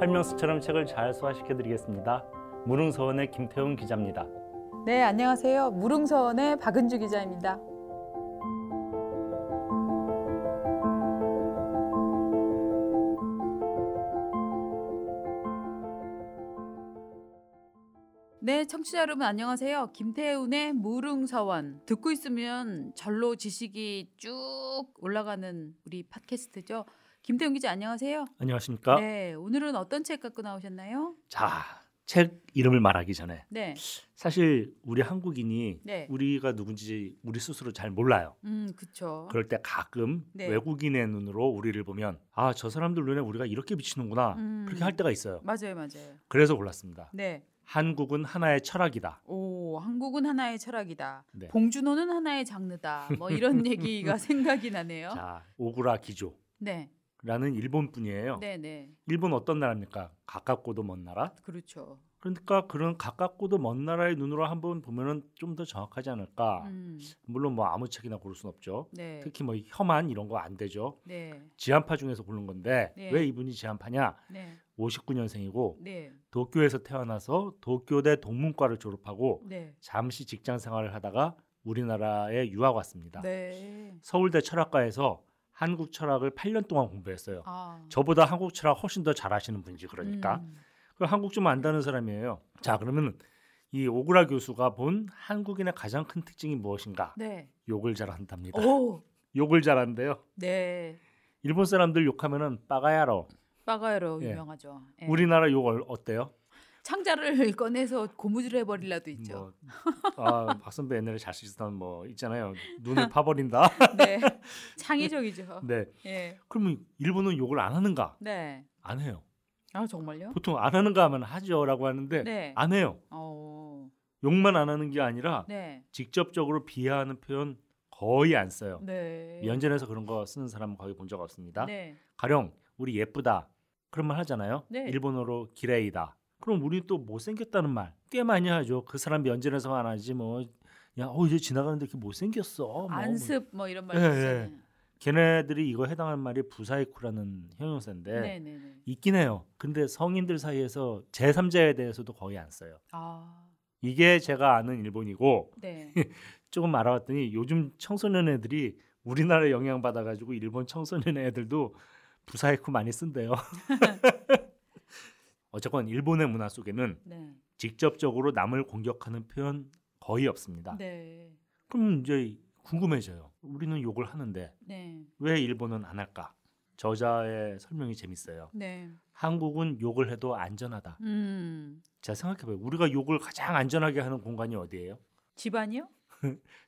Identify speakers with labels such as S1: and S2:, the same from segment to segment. S1: 햄런스처럼 책을 잘 소화시켜 드리겠습니다. 무릉서원의 김태훈 기자입니다.
S2: 네, 안녕하세요. 무릉서원의 박은주 기자입니다. 네, 청취자 여러분 안녕하세요. 김태훈의 무릉서원 듣고 있으면 절로 지식이 쭉 올라가는 우리 팟캐스트죠. 김태훈 기자 안녕하세요.
S1: 안녕하십니까?
S2: 네, 오늘은 어떤 책 갖고 나오셨나요?
S1: 자, 책 이름을 말하기 전에
S2: 네,
S1: 사실 우리 한국인이
S2: 네,
S1: 우리가 누군지 우리 스스로 잘 몰라요.
S2: 음, 그쵸.
S1: 그럴 때 가끔
S2: 네.
S1: 외국인의 눈으로 우리를 보면 아, 저 사람들 눈에 우리가 이렇게 비치는구나.
S2: 음.
S1: 그렇게 할 때가 있어요.
S2: 맞아요, 맞아요.
S1: 그래서 골랐습니다.
S2: 네.
S1: 한국은 하나의 철학이다.
S2: 오, 한국은 하나의 철학이다.
S1: 네.
S2: 봉준호는 하나의 장르다. 뭐 이런 얘기가 생각이 나네요.
S1: 자, 오구라 기조라는
S2: 네,
S1: 일본 뿐이에요.
S2: 네, 네,
S1: 일본 어떤 나라입니까? 가깝고도 먼 나라?
S2: 그렇죠.
S1: 그러니까 그런 가깝고도 먼 나라의 눈으로 한번 보면은 좀 더 정확하지 않을까.
S2: 음,
S1: 물론 뭐 아무 책이나 고를 순 없죠.
S2: 네,
S1: 특히 뭐 혐한 이런 거 안 되죠.
S2: 네,
S1: 지한파 중에서 고른 건데
S2: 네.
S1: 왜 이분이 지한파냐?
S2: 네,
S1: 59년생이고
S2: 네,
S1: 도쿄에서 태어나서 도쿄대 동문과를 졸업하고
S2: 네,
S1: 잠시 직장 생활을 하다가 우리나라에 유학 왔습니다.
S2: 네.
S1: 서울대 철학과에서 한국 철학을 8년 동안 공부했어요.
S2: 아,
S1: 저보다 한국 철학 훨씬 더 잘하시는 분이지 그러니까.
S2: 음,
S1: 그 한국 좀 안다는 사람이에요. 자, 그러면 이 오그라 교수가 본 한국인의 가장 큰 특징이 무엇인가?
S2: 네,
S1: 욕을 잘한답니다.
S2: 오,
S1: 욕을 잘한대요.
S2: 네,
S1: 일본 사람들 욕하면은 빠가야로.
S2: 빠가야로
S1: 예.
S2: 유명하죠. 예.
S1: 우리나라 욕 얼- 어때요?
S2: 창자를 꺼내서 고무줄 해버릴라도 있죠.
S1: 뭐, 아, 박선배 옛날에 잘 쓰시던 뭐 있잖아요. 눈을 파버린다.
S2: 네, 창의적이죠.
S1: 뭐. 네.
S2: 예,
S1: 그러면 일본은 욕을 안 하는가?
S2: 네.
S1: 안 해요.
S2: 아 정말요?
S1: 보통 안 하는가 하면 하죠라고 하는데
S2: 네.
S1: 안 해요.
S2: 어,
S1: 욕만 안 하는 게 아니라
S2: 네,
S1: 직접적으로 비하하는 표현 거의 안 써요.
S2: 네,
S1: 면전에서 그런 거 쓰는 사람은 거의 본 적 없습니다.
S2: 네,
S1: 가령 우리 예쁘다 그런 말 하잖아요.
S2: 네.
S1: 일본어로 기레이다. 그럼 우리 또 못생겼다는 말 꽤 많이 하죠. 그 사람 면전에서만 안 하지 뭐. 야, 어 이제 지나가는데 이렇게 못생겼어. 뭐.
S2: 안습 뭐 이런 말
S1: 예, 예.
S2: 있잖아요.
S1: 걔네들이 이거 해당하는 말이 부사이쿠라는 형용사인데
S2: 네, 네, 네.
S1: 있긴 해요. 근데 성인들 사이에서 제3자에 대해서도 거의 안 써요.
S2: 아,
S1: 이게 제가 아는 일본이고
S2: 네.
S1: 조금 알아봤더니 요즘 청소년 애들이 우리나라에 영향 받아가지고 일본 청소년 애들도 부사이쿠 많이 쓴대요. 어쨌건 일본의 문화 속에는
S2: 네.
S1: 직접적으로 남을 공격하는 표현 거의 없습니다.
S2: 네.
S1: 그럼 이제 궁금해져요. 우리는 욕을 하는데
S2: 네.
S1: 왜 일본은 안 할까? 저자의 설명이 재밌어요.
S2: 네.
S1: 한국은 욕을 해도 안전하다.
S2: 음.
S1: 자 생각해봐요. 우리가 욕을 가장 안전하게 하는 공간이 어디예요?
S2: 집안이요?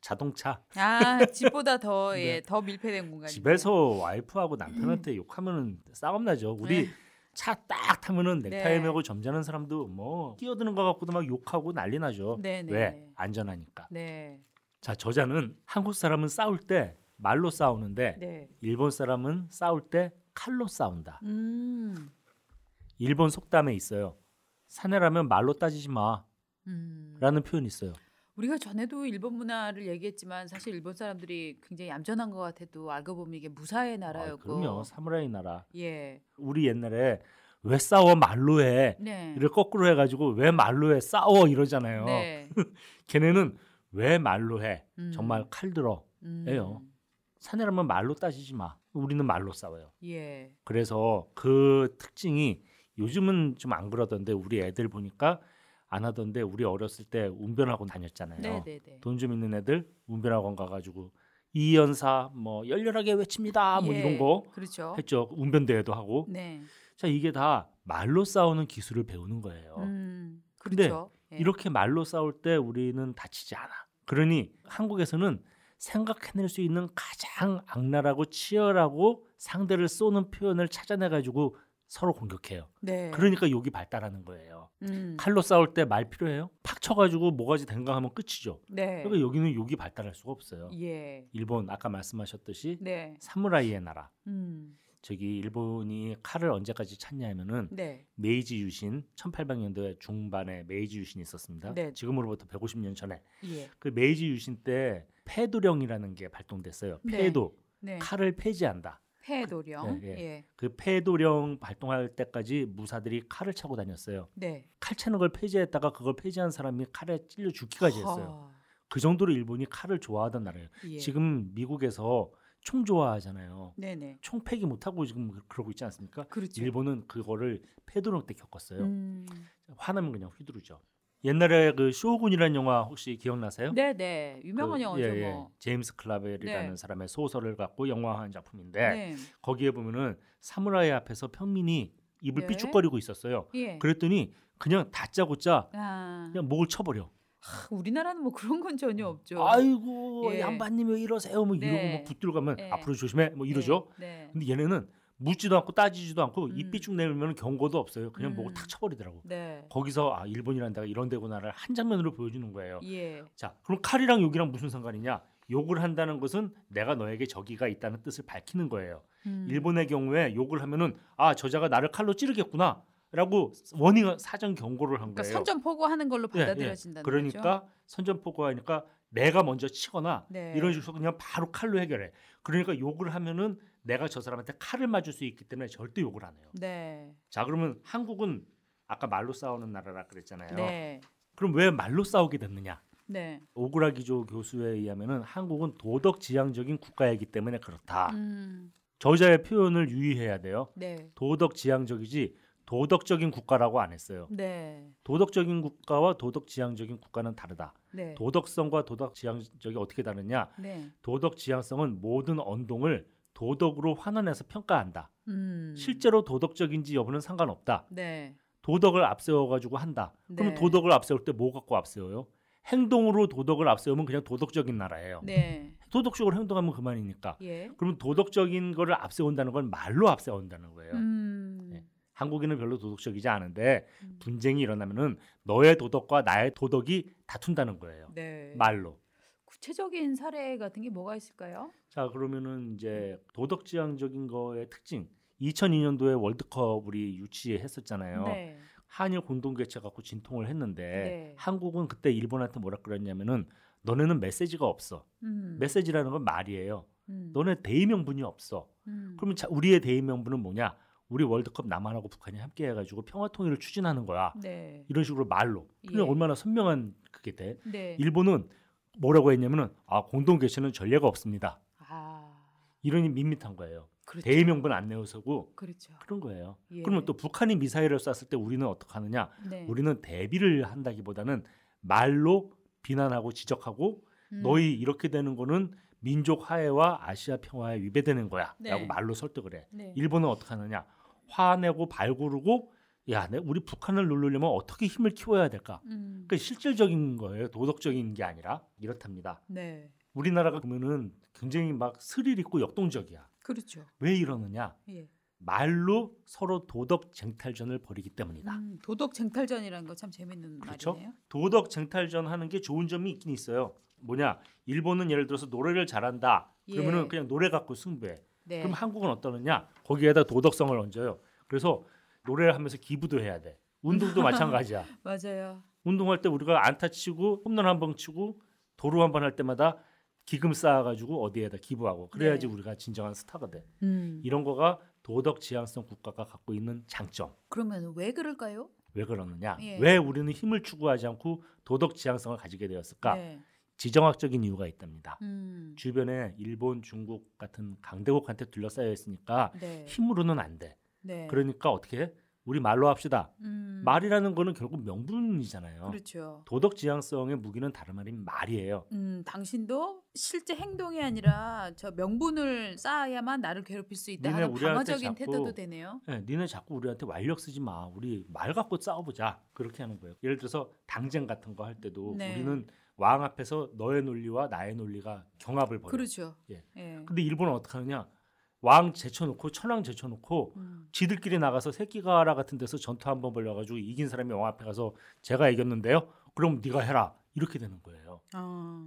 S1: 자동차.
S2: 아, 집보다 더
S1: 네.
S2: 예, 더 밀폐된 공간이.
S1: 집에서 와이프하고 남편한테 욕하면은 싸움 나죠. 우리
S2: 음. 네.
S1: 차 딱 타면은 넥타이
S2: 네.
S1: 메고 점잖은 사람도 뭐 끼어드는 것 같고도 막 욕하고 난리 나죠.
S2: 네, 네.
S1: 왜? 안전하니까.
S2: 네.
S1: 자 저자는 한국 사람은 싸울 때 말로 싸우는데
S2: 네.
S1: 일본 사람은 싸울 때 칼로 싸운다.
S2: 음.
S1: 일본 속담에 있어요. 사내라면 말로 따지지 마라는
S2: 음.
S1: 표현이 있어요.
S2: 우리가 전에도 일본 문화를 얘기했지만 사실 일본 사람들이 굉장히 얌전한 것 같아도 알고 보면 이게 무사의
S1: 아,
S2: 나라였고.
S1: 그럼요. 사무라이 나라.
S2: 예.
S1: 우리 옛날에 왜 싸워 말로 해
S2: 네.
S1: 이를 거꾸로 해가지고 왜 말로 해 싸워 이러잖아요.
S2: 네.
S1: 걔네는 왜 말로 해
S2: 음.
S1: 정말 칼 들어
S2: 음.
S1: 해요. 사내라면 말로 따지지 마. 우리는 말로 싸워요.
S2: 예.
S1: 그래서 그 특징이 요즘은 좀 안 그러던데 우리 애들 보니까 안 하던데 우리 어렸을 때 운변학원 다녔잖아요.
S2: 네, 네, 네.
S1: 돈 좀 있는 애들 운변학원 가가지고 이연사 뭐 열렬하게 외칩니다 뭐
S2: 예.
S1: 이런 거
S2: 그렇죠.
S1: 했죠. 운변대회도 하고
S2: 네.
S1: 자 이게 다 말로 싸우는 기술을 배우는 거예요.
S2: 음.
S1: 어. 근데
S2: 그렇죠. 예.
S1: 이렇게 말로 싸울 때 우리는 다치지 않아. 그러니 한국에서는 생각해낼 수 있는 가장 악랄하고 치열하고 상대를 쏘는 표현을 찾아내가지고 서로 공격해요.
S2: 네.
S1: 그러니까 욕이 발달하는 거예요.
S2: 음.
S1: 칼로 싸울 때 말 필요해요? 팍 쳐가지고 모가지 댕강하면 끝이죠.
S2: 네.
S1: 그러니까 여기는 욕이 발달할 수가 없어요.
S2: 예.
S1: 일본 아까 말씀하셨듯이
S2: 네.
S1: 사무라이의 나라.
S2: 음.
S1: 저기 일본이 칼을 언제까지 찾냐면은
S2: 네.
S1: 메이지 유신 1800년대 중반에 메이지 유신이 있었습니다.
S2: 네.
S1: 지금으로부터 150년 전에
S2: 예.
S1: 그 메이지 유신 때 패도령이라는 게 발동됐어요.
S2: 네.
S1: 패도
S2: 네.
S1: 칼을 폐지한다.
S2: 폐도령.
S1: 네,
S2: 예.
S1: 예.
S2: 네.
S1: 그 폐도령 발동할 때까지 무사들이 칼을 차고 다녔어요.
S2: 네.
S1: 칼 차는 걸 폐지했다가 그걸 폐지한 사람이 칼에 찔려 죽기까지 했어요.
S2: 하,
S1: 그 정도로 일본이 칼을 좋아하던 나라예요.
S2: 예.
S1: 지금 미국에서 총 좋아하잖아요.
S2: 네네.
S1: 총 폐기 못하고 지금 그- 그러고 있지 않습니까?
S2: 그렇죠.
S1: 일본은 그거를 폐도령 때 겪었어요.
S2: 음.
S1: 화나면 그냥 휘두르죠. 옛날에 그 쇼군이라는 영화 혹시 기억나세요?
S2: 네네. 유명한
S1: 그-
S2: 영화죠
S1: 예, 예.
S2: 뭐.
S1: 제임스 클라벨이라는
S2: 네.
S1: 사람의 소설을 갖고 영화화한 작품인데
S2: 네.
S1: 거기에 보면은 사무라이 앞에서 평민이 입을
S2: 네.
S1: 삐죽거리고 있었어요.
S2: 예.
S1: 그랬더니 그냥 다짜고짜
S2: 아,
S1: 그냥 목을 쳐버려.
S2: 하, 우리나라는 뭐 그런 건 전혀 없죠.
S1: 아이고
S2: 예.
S1: 양반님 왜 이러세요? 뭐 이러고
S2: 네.
S1: 막 붙들고 가면
S2: 예.
S1: 앞으로 조심해 뭐 이러죠.
S2: 네. 네.
S1: 근데 얘네는 묻지도 않고 따지지도 않고
S2: 음.
S1: 입 삐죽 내밀면 경고도 없어요. 그냥
S2: 음.
S1: 목을 탁 쳐버리더라고.
S2: 네.
S1: 거기서 아 일본이란 데가 이런 데구나를 한 장면으로 보여주는 거예요.
S2: 예.
S1: 자, 그럼 칼이랑 욕이랑 무슨 상관이냐? 욕을 한다는 것은 내가 너에게 적이가 있다는 뜻을 밝히는 거예요.
S2: 음.
S1: 일본의 경우에 욕을 하면은 아 저자가 나를 칼로 찌르겠구나라고 원인 사전 경고를 한
S2: 그러니까
S1: 거예요.
S2: 선전포고 하는 걸로
S1: 예, 예.
S2: 받아들여진다는 거죠.
S1: 그러니까 선전포고하니까 내가 먼저 치거나
S2: 네.
S1: 이런 식으로 그냥 바로 칼로 해결해. 그러니까 욕을 하면은 내가 저 사람한테 칼을 맞을 수 있기 때문에 절대 욕을 안 해요.
S2: 네.
S1: 자 그러면 한국은 아까 말로 싸우는 나라라 그랬잖아요.
S2: 네.
S1: 그럼 왜 말로 싸우게 됐느냐?
S2: 네.
S1: 오그라기조 교수에 의하면은 한국은 도덕 지향적인 국가이기 때문에 그렇다.
S2: 음.
S1: 저자의 표현을 유의해야 돼요.
S2: 네.
S1: 도덕 지향적이지 도덕적인 국가라고 안 했어요.
S2: 네.
S1: 도덕적인 국가와 도덕 지향적인 국가는 다르다.
S2: 네.
S1: 도덕성과 도덕 지향적이 어떻게 다르냐?
S2: 네.
S1: 도덕 지향성은 모든 언동을 도덕으로 환원해서 평가한다.
S2: 음.
S1: 실제로 도덕적인지 여부는 상관없다.
S2: 네.
S1: 도덕을 앞세워 가지고 한다. 그럼
S2: 네.
S1: 도덕을 앞세울 때 뭐 갖고 앞세워요? 행동으로 도덕을 앞세우면 그냥 도덕적인 나라예요.
S2: 네.
S1: 도덕적으로 행동하면 그만이니까.
S2: 예.
S1: 그럼 도덕적인 거를 앞세운다는 건 말로 앞세운다는 거예요.
S2: 음.
S1: 네. 한국인은 별로 도덕적이지 않은데
S2: 음.
S1: 분쟁이 일어나면은 너의 도덕과 나의 도덕이 다툰다는 거예요.
S2: 네.
S1: 말로.
S2: 구체적인 사례 같은 게 뭐가 있을까요?
S1: 자 그러면은 이제 도덕 지향적인 거의 특징. 2002년도에 월드컵 우리 유치했었잖아요.
S2: 네.
S1: 한일 공동 개최 갖고 진통을 했는데
S2: 네.
S1: 한국은 그때 일본한테 뭐라 그랬냐면은 너네는 메시지가 없어.
S2: 음.
S1: 메시지라는 건 말이에요.
S2: 음.
S1: 너네 대의 명분이 없어.
S2: 음.
S1: 그러면 자, 우리의 대의 명분은 뭐냐? 우리 월드컵 남한하고 북한이 함께 해가지고 평화 통일을 추진하는 거야.
S2: 네.
S1: 이런 식으로 말로. 그냥
S2: 예.
S1: 얼마나 선명한 그게 돼.
S2: 네.
S1: 일본은 뭐라고 했냐면은 아 공동 개최는 전례가 없습니다.
S2: 아.
S1: 이러니 밋밋한 거예요.
S2: 그렇죠.
S1: 대의 명분 안 내어서고
S2: 그렇죠.
S1: 그런 거예요.
S2: 예.
S1: 그러면 또 북한이 미사일을 쐈을 때 우리는 어떻게 하느냐?
S2: 네.
S1: 우리는 대비를 한다기보다는 말로 비난하고 지적하고
S2: 음.
S1: 너희 이렇게 되는 거는 민족 화해와 아시아 평화에 위배되는 거야라고
S2: 네.
S1: 말로 설득을 해.
S2: 네.
S1: 일본은 어떻게 하느냐? 화내고 발구르고 야, 내- 우리 북한을 누르려면 어떻게 힘을 키워야 될까?
S2: 음.
S1: 그 실질적인 거예요. 도덕적인 게 아니라 이렇답니다.
S2: 네.
S1: 우리나라가 보면은 굉장히 막 스릴 있고 역동적이야.
S2: 그렇죠.
S1: 왜 이러느냐?
S2: 예.
S1: 말로 서로 도덕 쟁탈전을 벌이기 때문이다.
S2: 음, 도덕 쟁탈전이라는 거 참 재밌는
S1: 아. 그렇죠?
S2: 말이네요.
S1: 도덕 쟁탈전 하는 게 좋은 점이 있긴 있어요. 뭐냐? 일본은 예를 들어서 노래를 잘한다. 그러면은
S2: 예.
S1: 그냥 노래 갖고 승부해.
S2: 네.
S1: 그럼 한국은 어떠느냐? 거기에다 도덕성을 얹어요. 그래서 노래를 하면서 기부도 해야 돼. 운동도 마찬가지야.
S2: 맞아요.
S1: 운동할 때 우리가 안타 치고 홈런 한 번 치고 도루 한 번 할 때마다 기금 쌓아가지고 어디에다 기부하고 그래야지
S2: 네.
S1: 우리가 진정한 스타가 돼.
S2: 음.
S1: 이런 거가 도덕 지향성 국가가 갖고 있는 장점.
S2: 그러면 왜 그럴까요?
S1: 왜 그러느냐?
S2: 예.
S1: 왜 우리는 힘을 추구하지 않고 도덕 지향성을 가지게 되었을까?
S2: 네.
S1: 지정학적인 이유가 있답니다.
S2: 음.
S1: 주변에 일본, 중국 같은 강대국한테 둘러싸여 있으니까
S2: 네.
S1: 힘으로는 안 돼.
S2: 네.
S1: 그러니까 어떻게 해? 우리 말로 합시다.
S2: 음.
S1: 말이라는 거는 결국 명분이잖아요.
S2: 그렇죠.
S1: 도덕 지향성의 무기는 다름 아닌 말이에요.
S2: 음, 당신도 실제 행동이 아니라 저 명분을 쌓아야만 나를 괴롭힐 수 있다
S1: 니네
S2: 하는
S1: 우리한테
S2: 방어적인
S1: 자꾸-
S2: 태도도 되네요.
S1: 예, 니네 자꾸 우리한테 완력 쓰지 마. 우리 말 갖고 싸워보자. 그렇게 하는 거예요. 예를 들어서 당쟁 같은 거 할 때도
S2: 네.
S1: 우리는 왕 앞에서 너의 논리와 나의 논리가 경합을 벌여.
S2: 그렇죠.
S1: 예.
S2: 예.
S1: 근데 일본은 어떻게 하느냐? 왕 제쳐놓고 천황 제쳐놓고
S2: 음.
S1: 지들끼리 나가서 새끼가라 같은 데서 전투 한번 벌려가지고 이긴 사람이 왕 앞에 가서 제가 이겼는데요. 그럼 네가 해라. 이렇게 되는 거예요.
S2: 아,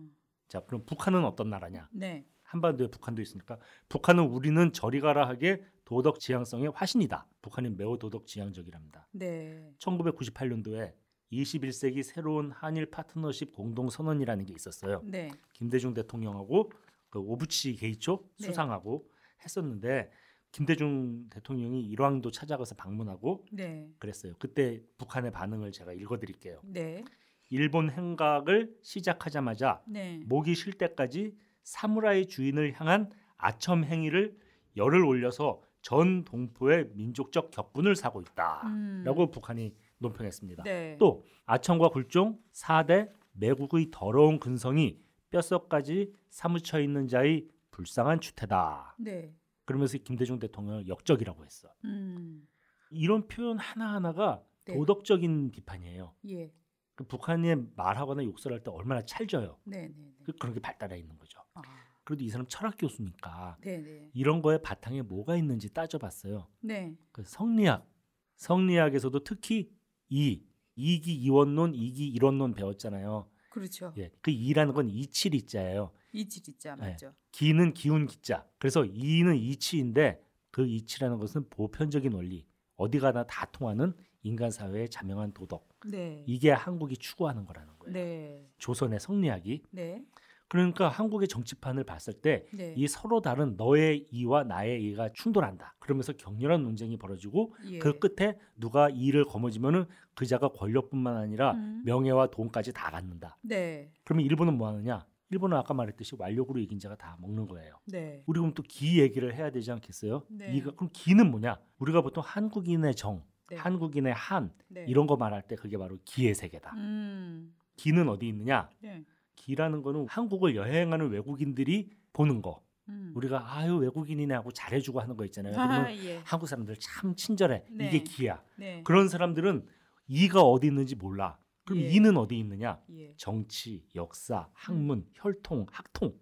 S1: 자, 그럼 북한은 어떤 나라냐?
S2: 네.
S1: 한반도에 북한도 있으니까 북한은 우리는 저리 가라 하게 도덕 지향성의 화신이다. 북한이 매우 도덕 지향적이랍니다.
S2: 네.
S1: 1998년도에 21세기 새로운 한일 파트너십 공동 선언이라는 게 있었어요.
S2: 네.
S1: 김대중 대통령하고 그 오부치 게이초
S2: 네.
S1: 수상하고 했었는데 김대중 대통령이 일왕도 찾아가서 방문하고
S2: 네.
S1: 그랬어요. 그때 북한의 반응을 제가 읽어드릴게요.
S2: 네.
S1: 일본 행각을 시작하자마자
S2: 네.
S1: 목이 쉴 때까지 사무라이 주인을 향한 아첨 행위를 열을 올려서 전 동포의 민족적 격분을 사고 아, 있다라고
S2: 음.
S1: 북한이 논평했습니다.
S2: 네.
S1: 또 아첨과 굴종 4대 매국의 더러운 근성이 뼛속까지 사무쳐 있는 자의 불쌍한 추태다.
S2: 네.
S1: 그러면서 김대중 대통령을 역적이라고 했어.
S2: 음.
S1: 이런 표현 하나하나가
S2: 네.
S1: 도덕적인 비판이에요.
S2: 예.
S1: 그 북한이 말하거나 욕설할 때 얼마나 찰져요.
S2: 네, 네, 네.
S1: 그- 그런 게 발달해 있는 거죠.
S2: 아.
S1: 그래도 이 사람 철학 교수니까
S2: 네, 네.
S1: 이런 거에 바탕에 뭐가 있는지 따져봤어요.
S2: 네.
S1: 그 성리학, 성리학에서도 특히 이 이기 이원론, 이기 이론론 배웠잖아요.
S2: 그렇죠.
S1: 예, 그 이라는 건 이칠이자예요.
S2: 이치리자
S1: 네.
S2: 맞죠.
S1: 기는 기운 기자. 그래서 이는 이치인데 그 이치라는 것은 보편적인 원리, 어디 가나 다 통하는 인간 사회의 자명한 도덕.
S2: 네.
S1: 이게 한국이 추구하는 거라는 거예요.
S2: 네.
S1: 조선의 성리학이.
S2: 네.
S1: 그러니까 한국의 정치판을 봤을 때 이
S2: 네.
S1: 서로 다른 너의 이와 나의 이가 충돌한다. 그러면서 격렬한 논쟁이 벌어지고
S2: 예.
S1: 그 끝에 누가 이를 거머쥐면은 그자가 권력뿐만 아니라
S2: 음.
S1: 명예와 돈까지 다 갖는다.
S2: 네.
S1: 그러면 일본은 뭐 하느냐? 일본은 아까 말했듯이 완력으로 이긴 자가 다 먹는 거예요.
S2: 네.
S1: 우리 그럼 또 기 얘기를 해야 되지 않겠어요?
S2: 네.
S1: 이가 그럼 기는 뭐냐? 우리가 보통 한국인의 정,
S2: 네.
S1: 한국인의 한
S2: 네.
S1: 이런 거 말할 때 그게 바로 기의 세계다.
S2: 음.
S1: 기는 어디 있느냐?
S2: 네.
S1: 기라는 거는 한국을 여행하는 외국인들이 보는 거.
S2: 음.
S1: 우리가 아유 외국인이네 하고 잘해주고 하는 거 있잖아요. 그러면
S2: 아, 예.
S1: 한국 사람들 참 친절해.
S2: 네.
S1: 이게 기야.
S2: 네.
S1: 그런 사람들은 이가 어디 있는지 몰라. 그럼
S2: 예.
S1: 이는 어디 있느냐?
S2: 예.
S1: 정치, 역사,
S2: 음.
S1: 학문, 혈통, 학통.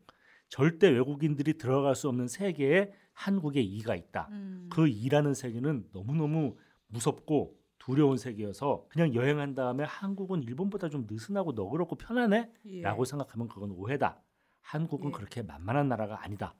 S1: 절대 외국인들이 들어갈 수 없는 세계에 한국의 이가 있다.
S2: 음.
S1: 그 이라는 세계는 너무너무 무섭고 두려운 세계여서 그냥 여행한 다음에 한국은 일본보다 좀 느슨하고 너그럽고 편하네?
S2: 예.
S1: 라고 생각하면 그건 오해다. 한국은
S2: 예.
S1: 그렇게 만만한 나라가 아니다.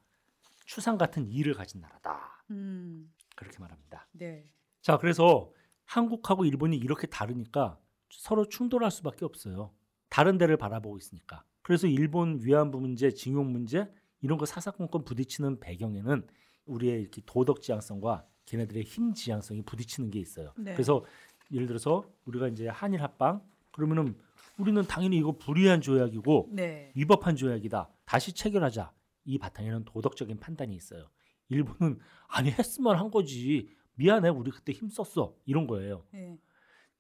S1: 추상 같은 이를 가진 나라다.
S2: 음.
S1: 그렇게 말합니다.
S2: 네.
S1: 자, 그래서 한국하고 일본이 이렇게 다르니까 서로 충돌할 수밖에 없어요. 다른 데를 바라보고 있으니까. 그래서 일본 위안부 문제, 징용 문제 이런 거 사사건건 부딪히는 배경에는 우리의 이렇게 도덕 지향성과 걔네들의 힘 지향성이 부딪히는 게 있어요.
S2: 네.
S1: 그래서 예를 들어서 우리가 이제 한일 합방 그러면은 우리는 당연히 이거 불의한 조약이고
S2: 네.
S1: 위법한 조약이다. 다시 체결하자. 이 바탕에는 도덕적인 판단이 있어요. 일본은 아니 했으면 한 거지. 미안해 우리 그때 힘썼어 이런 거예요.
S2: 네.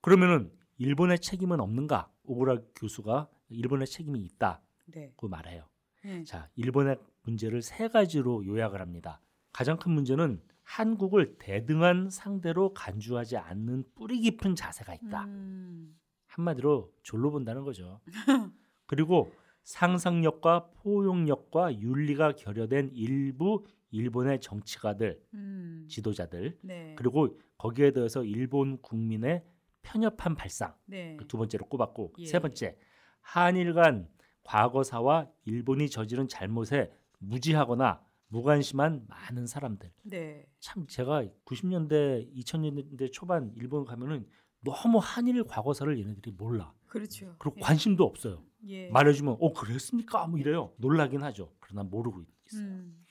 S1: 그러면은 일본의 책임은 없는가? 오구라 교수가 일본의 책임이 있다고 그
S2: 네.
S1: 말해요.
S2: 네.
S1: 자, 일본의 문제를 세 가지로 요약을 합니다. 가장 큰 문제는 한국을 대등한 상대로 간주하지 않는 뿌리 깊은 자세가 있다.
S2: 음.
S1: 한마디로 졸로 본다는 거죠. 그리고 상상력과 포용력과 윤리가 결여된 일부 일본의 정치가들,
S2: 음.
S1: 지도자들,
S2: 네.
S1: 그리고 거기에 더해서 일본 국민의 편협한 발상 그
S2: 네.
S1: 두 번째로 꼽았고
S2: 예.
S1: 세 번째 한일 간 과거사와 일본이 저지른 잘못에 무지하거나 무관심한 많은 사람들.
S2: 네.
S1: 참 제가 90년대 2000년대 초반 일본 가면은 너무 한일 과거사를 얘네들이 몰라.
S2: 그렇죠.
S1: 그리고
S2: 예.
S1: 관심도 없어요.
S2: 예.
S1: 말해주면 어 그랬습니까? 뭐 이래요. 놀라긴 하죠. 그러나 모르고 있어요.
S2: 음.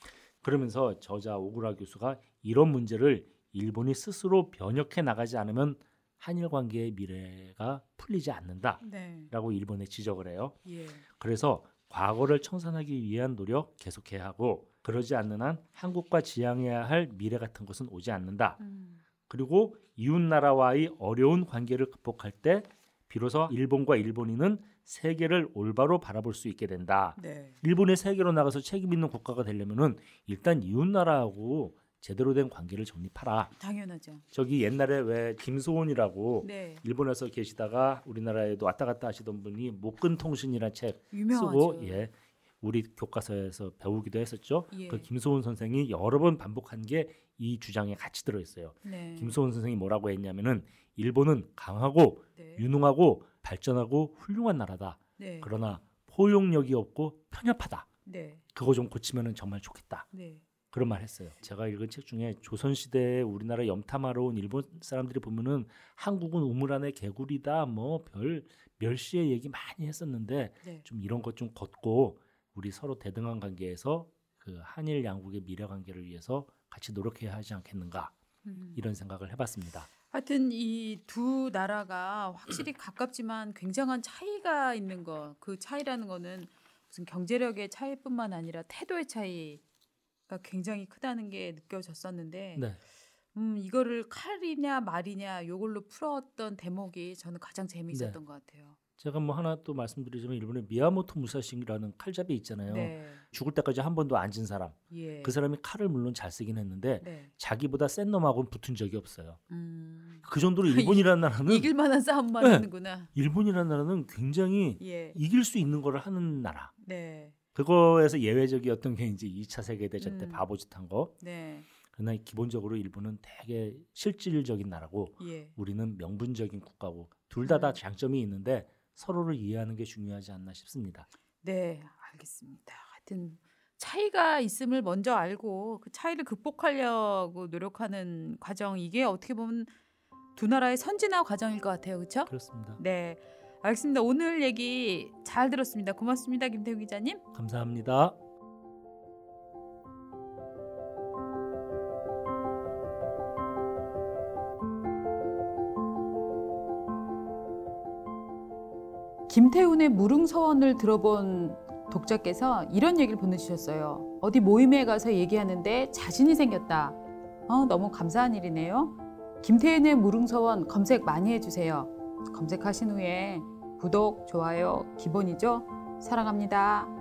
S1: 그러면서 저자 오구라 교수가 이런 문제를 일본이 스스로 변혁해 나가지 않으면 한일 관계의 미래가 풀리지 않는다라고
S2: 네.
S1: 일본에 지적을 해요.
S2: 예.
S1: 그래서 과거를 청산하기 위한 노력 계속해야 하고 그러지 않는 한 한국과 지향해야 할 미래 같은 것은 오지 않는다.
S2: 음.
S1: 그리고 이웃 나라와의 어려운 관계를 극복할 때 비로소 일본과 일본인은 세계를 올바로 바라볼 수 있게 된다.
S2: 네.
S1: 일본이 세계로 나가서 책임 있는 국가가 되려면은 일단 이웃 나라하고 제대로 된 관계를 정립하라.
S2: 당연하죠.
S1: 저기 옛날에 왜 김소원이라고
S2: 네.
S1: 일본에서 계시다가 우리나라에도 왔다 갔다 하시던 분이 목근 통신이라는 책
S2: 유명하죠.
S1: 쓰고 예 우리 교과서에서 배우기도 했었죠.
S2: 예.
S1: 그 김소원 선생이 여러 번 반복한 게 이 주장에 같이 들어 있어요.
S2: 네.
S1: 김소원 선생이 뭐라고 했냐면은 일본은 강하고
S2: 네.
S1: 유능하고 발전하고 훌륭한 나라다.
S2: 네.
S1: 그러나 포용력이 없고 편협하다.
S2: 네.
S1: 그거 좀 고치면은 정말 좋겠다.
S2: 네.
S1: 그런 말 했어요. 제가 읽은 책 중에 조선 시대에 우리나라 염탐하러 온 일본 사람들이 보면은 한국은 우물 안에 개구리다 뭐 별 멸시의 얘기 많이 했었는데
S2: 네.
S1: 좀 이런 것 좀 걷고 우리 서로 대등한 관계에서 그 한일 양국의 미래 관계를 위해서 같이 노력해야 하지 않겠는가
S2: 음.
S1: 이런 생각을 해봤습니다.
S2: 하여튼 이 두 나라가 확실히 가깝지만 굉장한 차이가 있는 거. 그 차이라는 거는 무슨 경제력의 차이뿐만 아니라 태도의 차이가 굉장히 크다는 게 느껴졌었는데
S1: 네.
S2: 음, 이거를 칼이냐 말이냐 요걸로 풀었던 대목이 저는 가장 재미있었던
S1: 네.
S2: 것 같아요.
S1: 제가 뭐 하나 또 말씀드리자면 일본의 미야모토 무사시라는 칼잡이 있잖아요.
S2: 네.
S1: 죽을 때까지 한 번도 안 진 사람.
S2: 예.
S1: 그 사람이 칼을 물론 잘 쓰긴 했는데
S2: 네.
S1: 자기보다 센 놈하고는 붙은 적이 없어요.
S2: 음.
S1: 그 정도로 일본이라는 나라는
S2: 이길 만한 싸움만
S1: 네.
S2: 하는구나.
S1: 일본이라는 나라는 굉장히
S2: 예.
S1: 이길 수 있는 거를 하는 나라.
S2: 네.
S1: 그거에서 예외적이었던 게 이제 2차 세계 대전 때
S2: 음.
S1: 바보짓한 거.
S2: 네.
S1: 그러나 기본적으로 일본은 되게 실질적인 나라고
S2: 예.
S1: 우리는 명분적인 국가고 둘 다 다
S2: 음.
S1: 장점이 있는데 서로를 이해하는 게 중요하지 않나 싶습니다.
S2: 네, 알겠습니다. 하여튼 차이가 있음을 먼저 알고 그 차이를 극복하려고 노력하는 과정 이게 어떻게 보면 두 나라의 선진화 과정일 것 같아요. 그렇죠?
S1: 그렇습니다.
S2: 네. 알겠습니다. 오늘 얘기 잘 들었습니다. 고맙습니다. 김태우 기자님.
S1: 감사합니다.
S2: 김태훈의 무릉서원을 들어본 독자께서 이런 얘기를 보내주셨어요. 어디 모임에 가서 얘기하는데 자신이 생겼다. 어, 너무 감사한 일이네요. 김태훈의 무릉서원 검색 많이 해주세요. 검색하신 후에 구독, 좋아요, 기본이죠? 사랑합니다.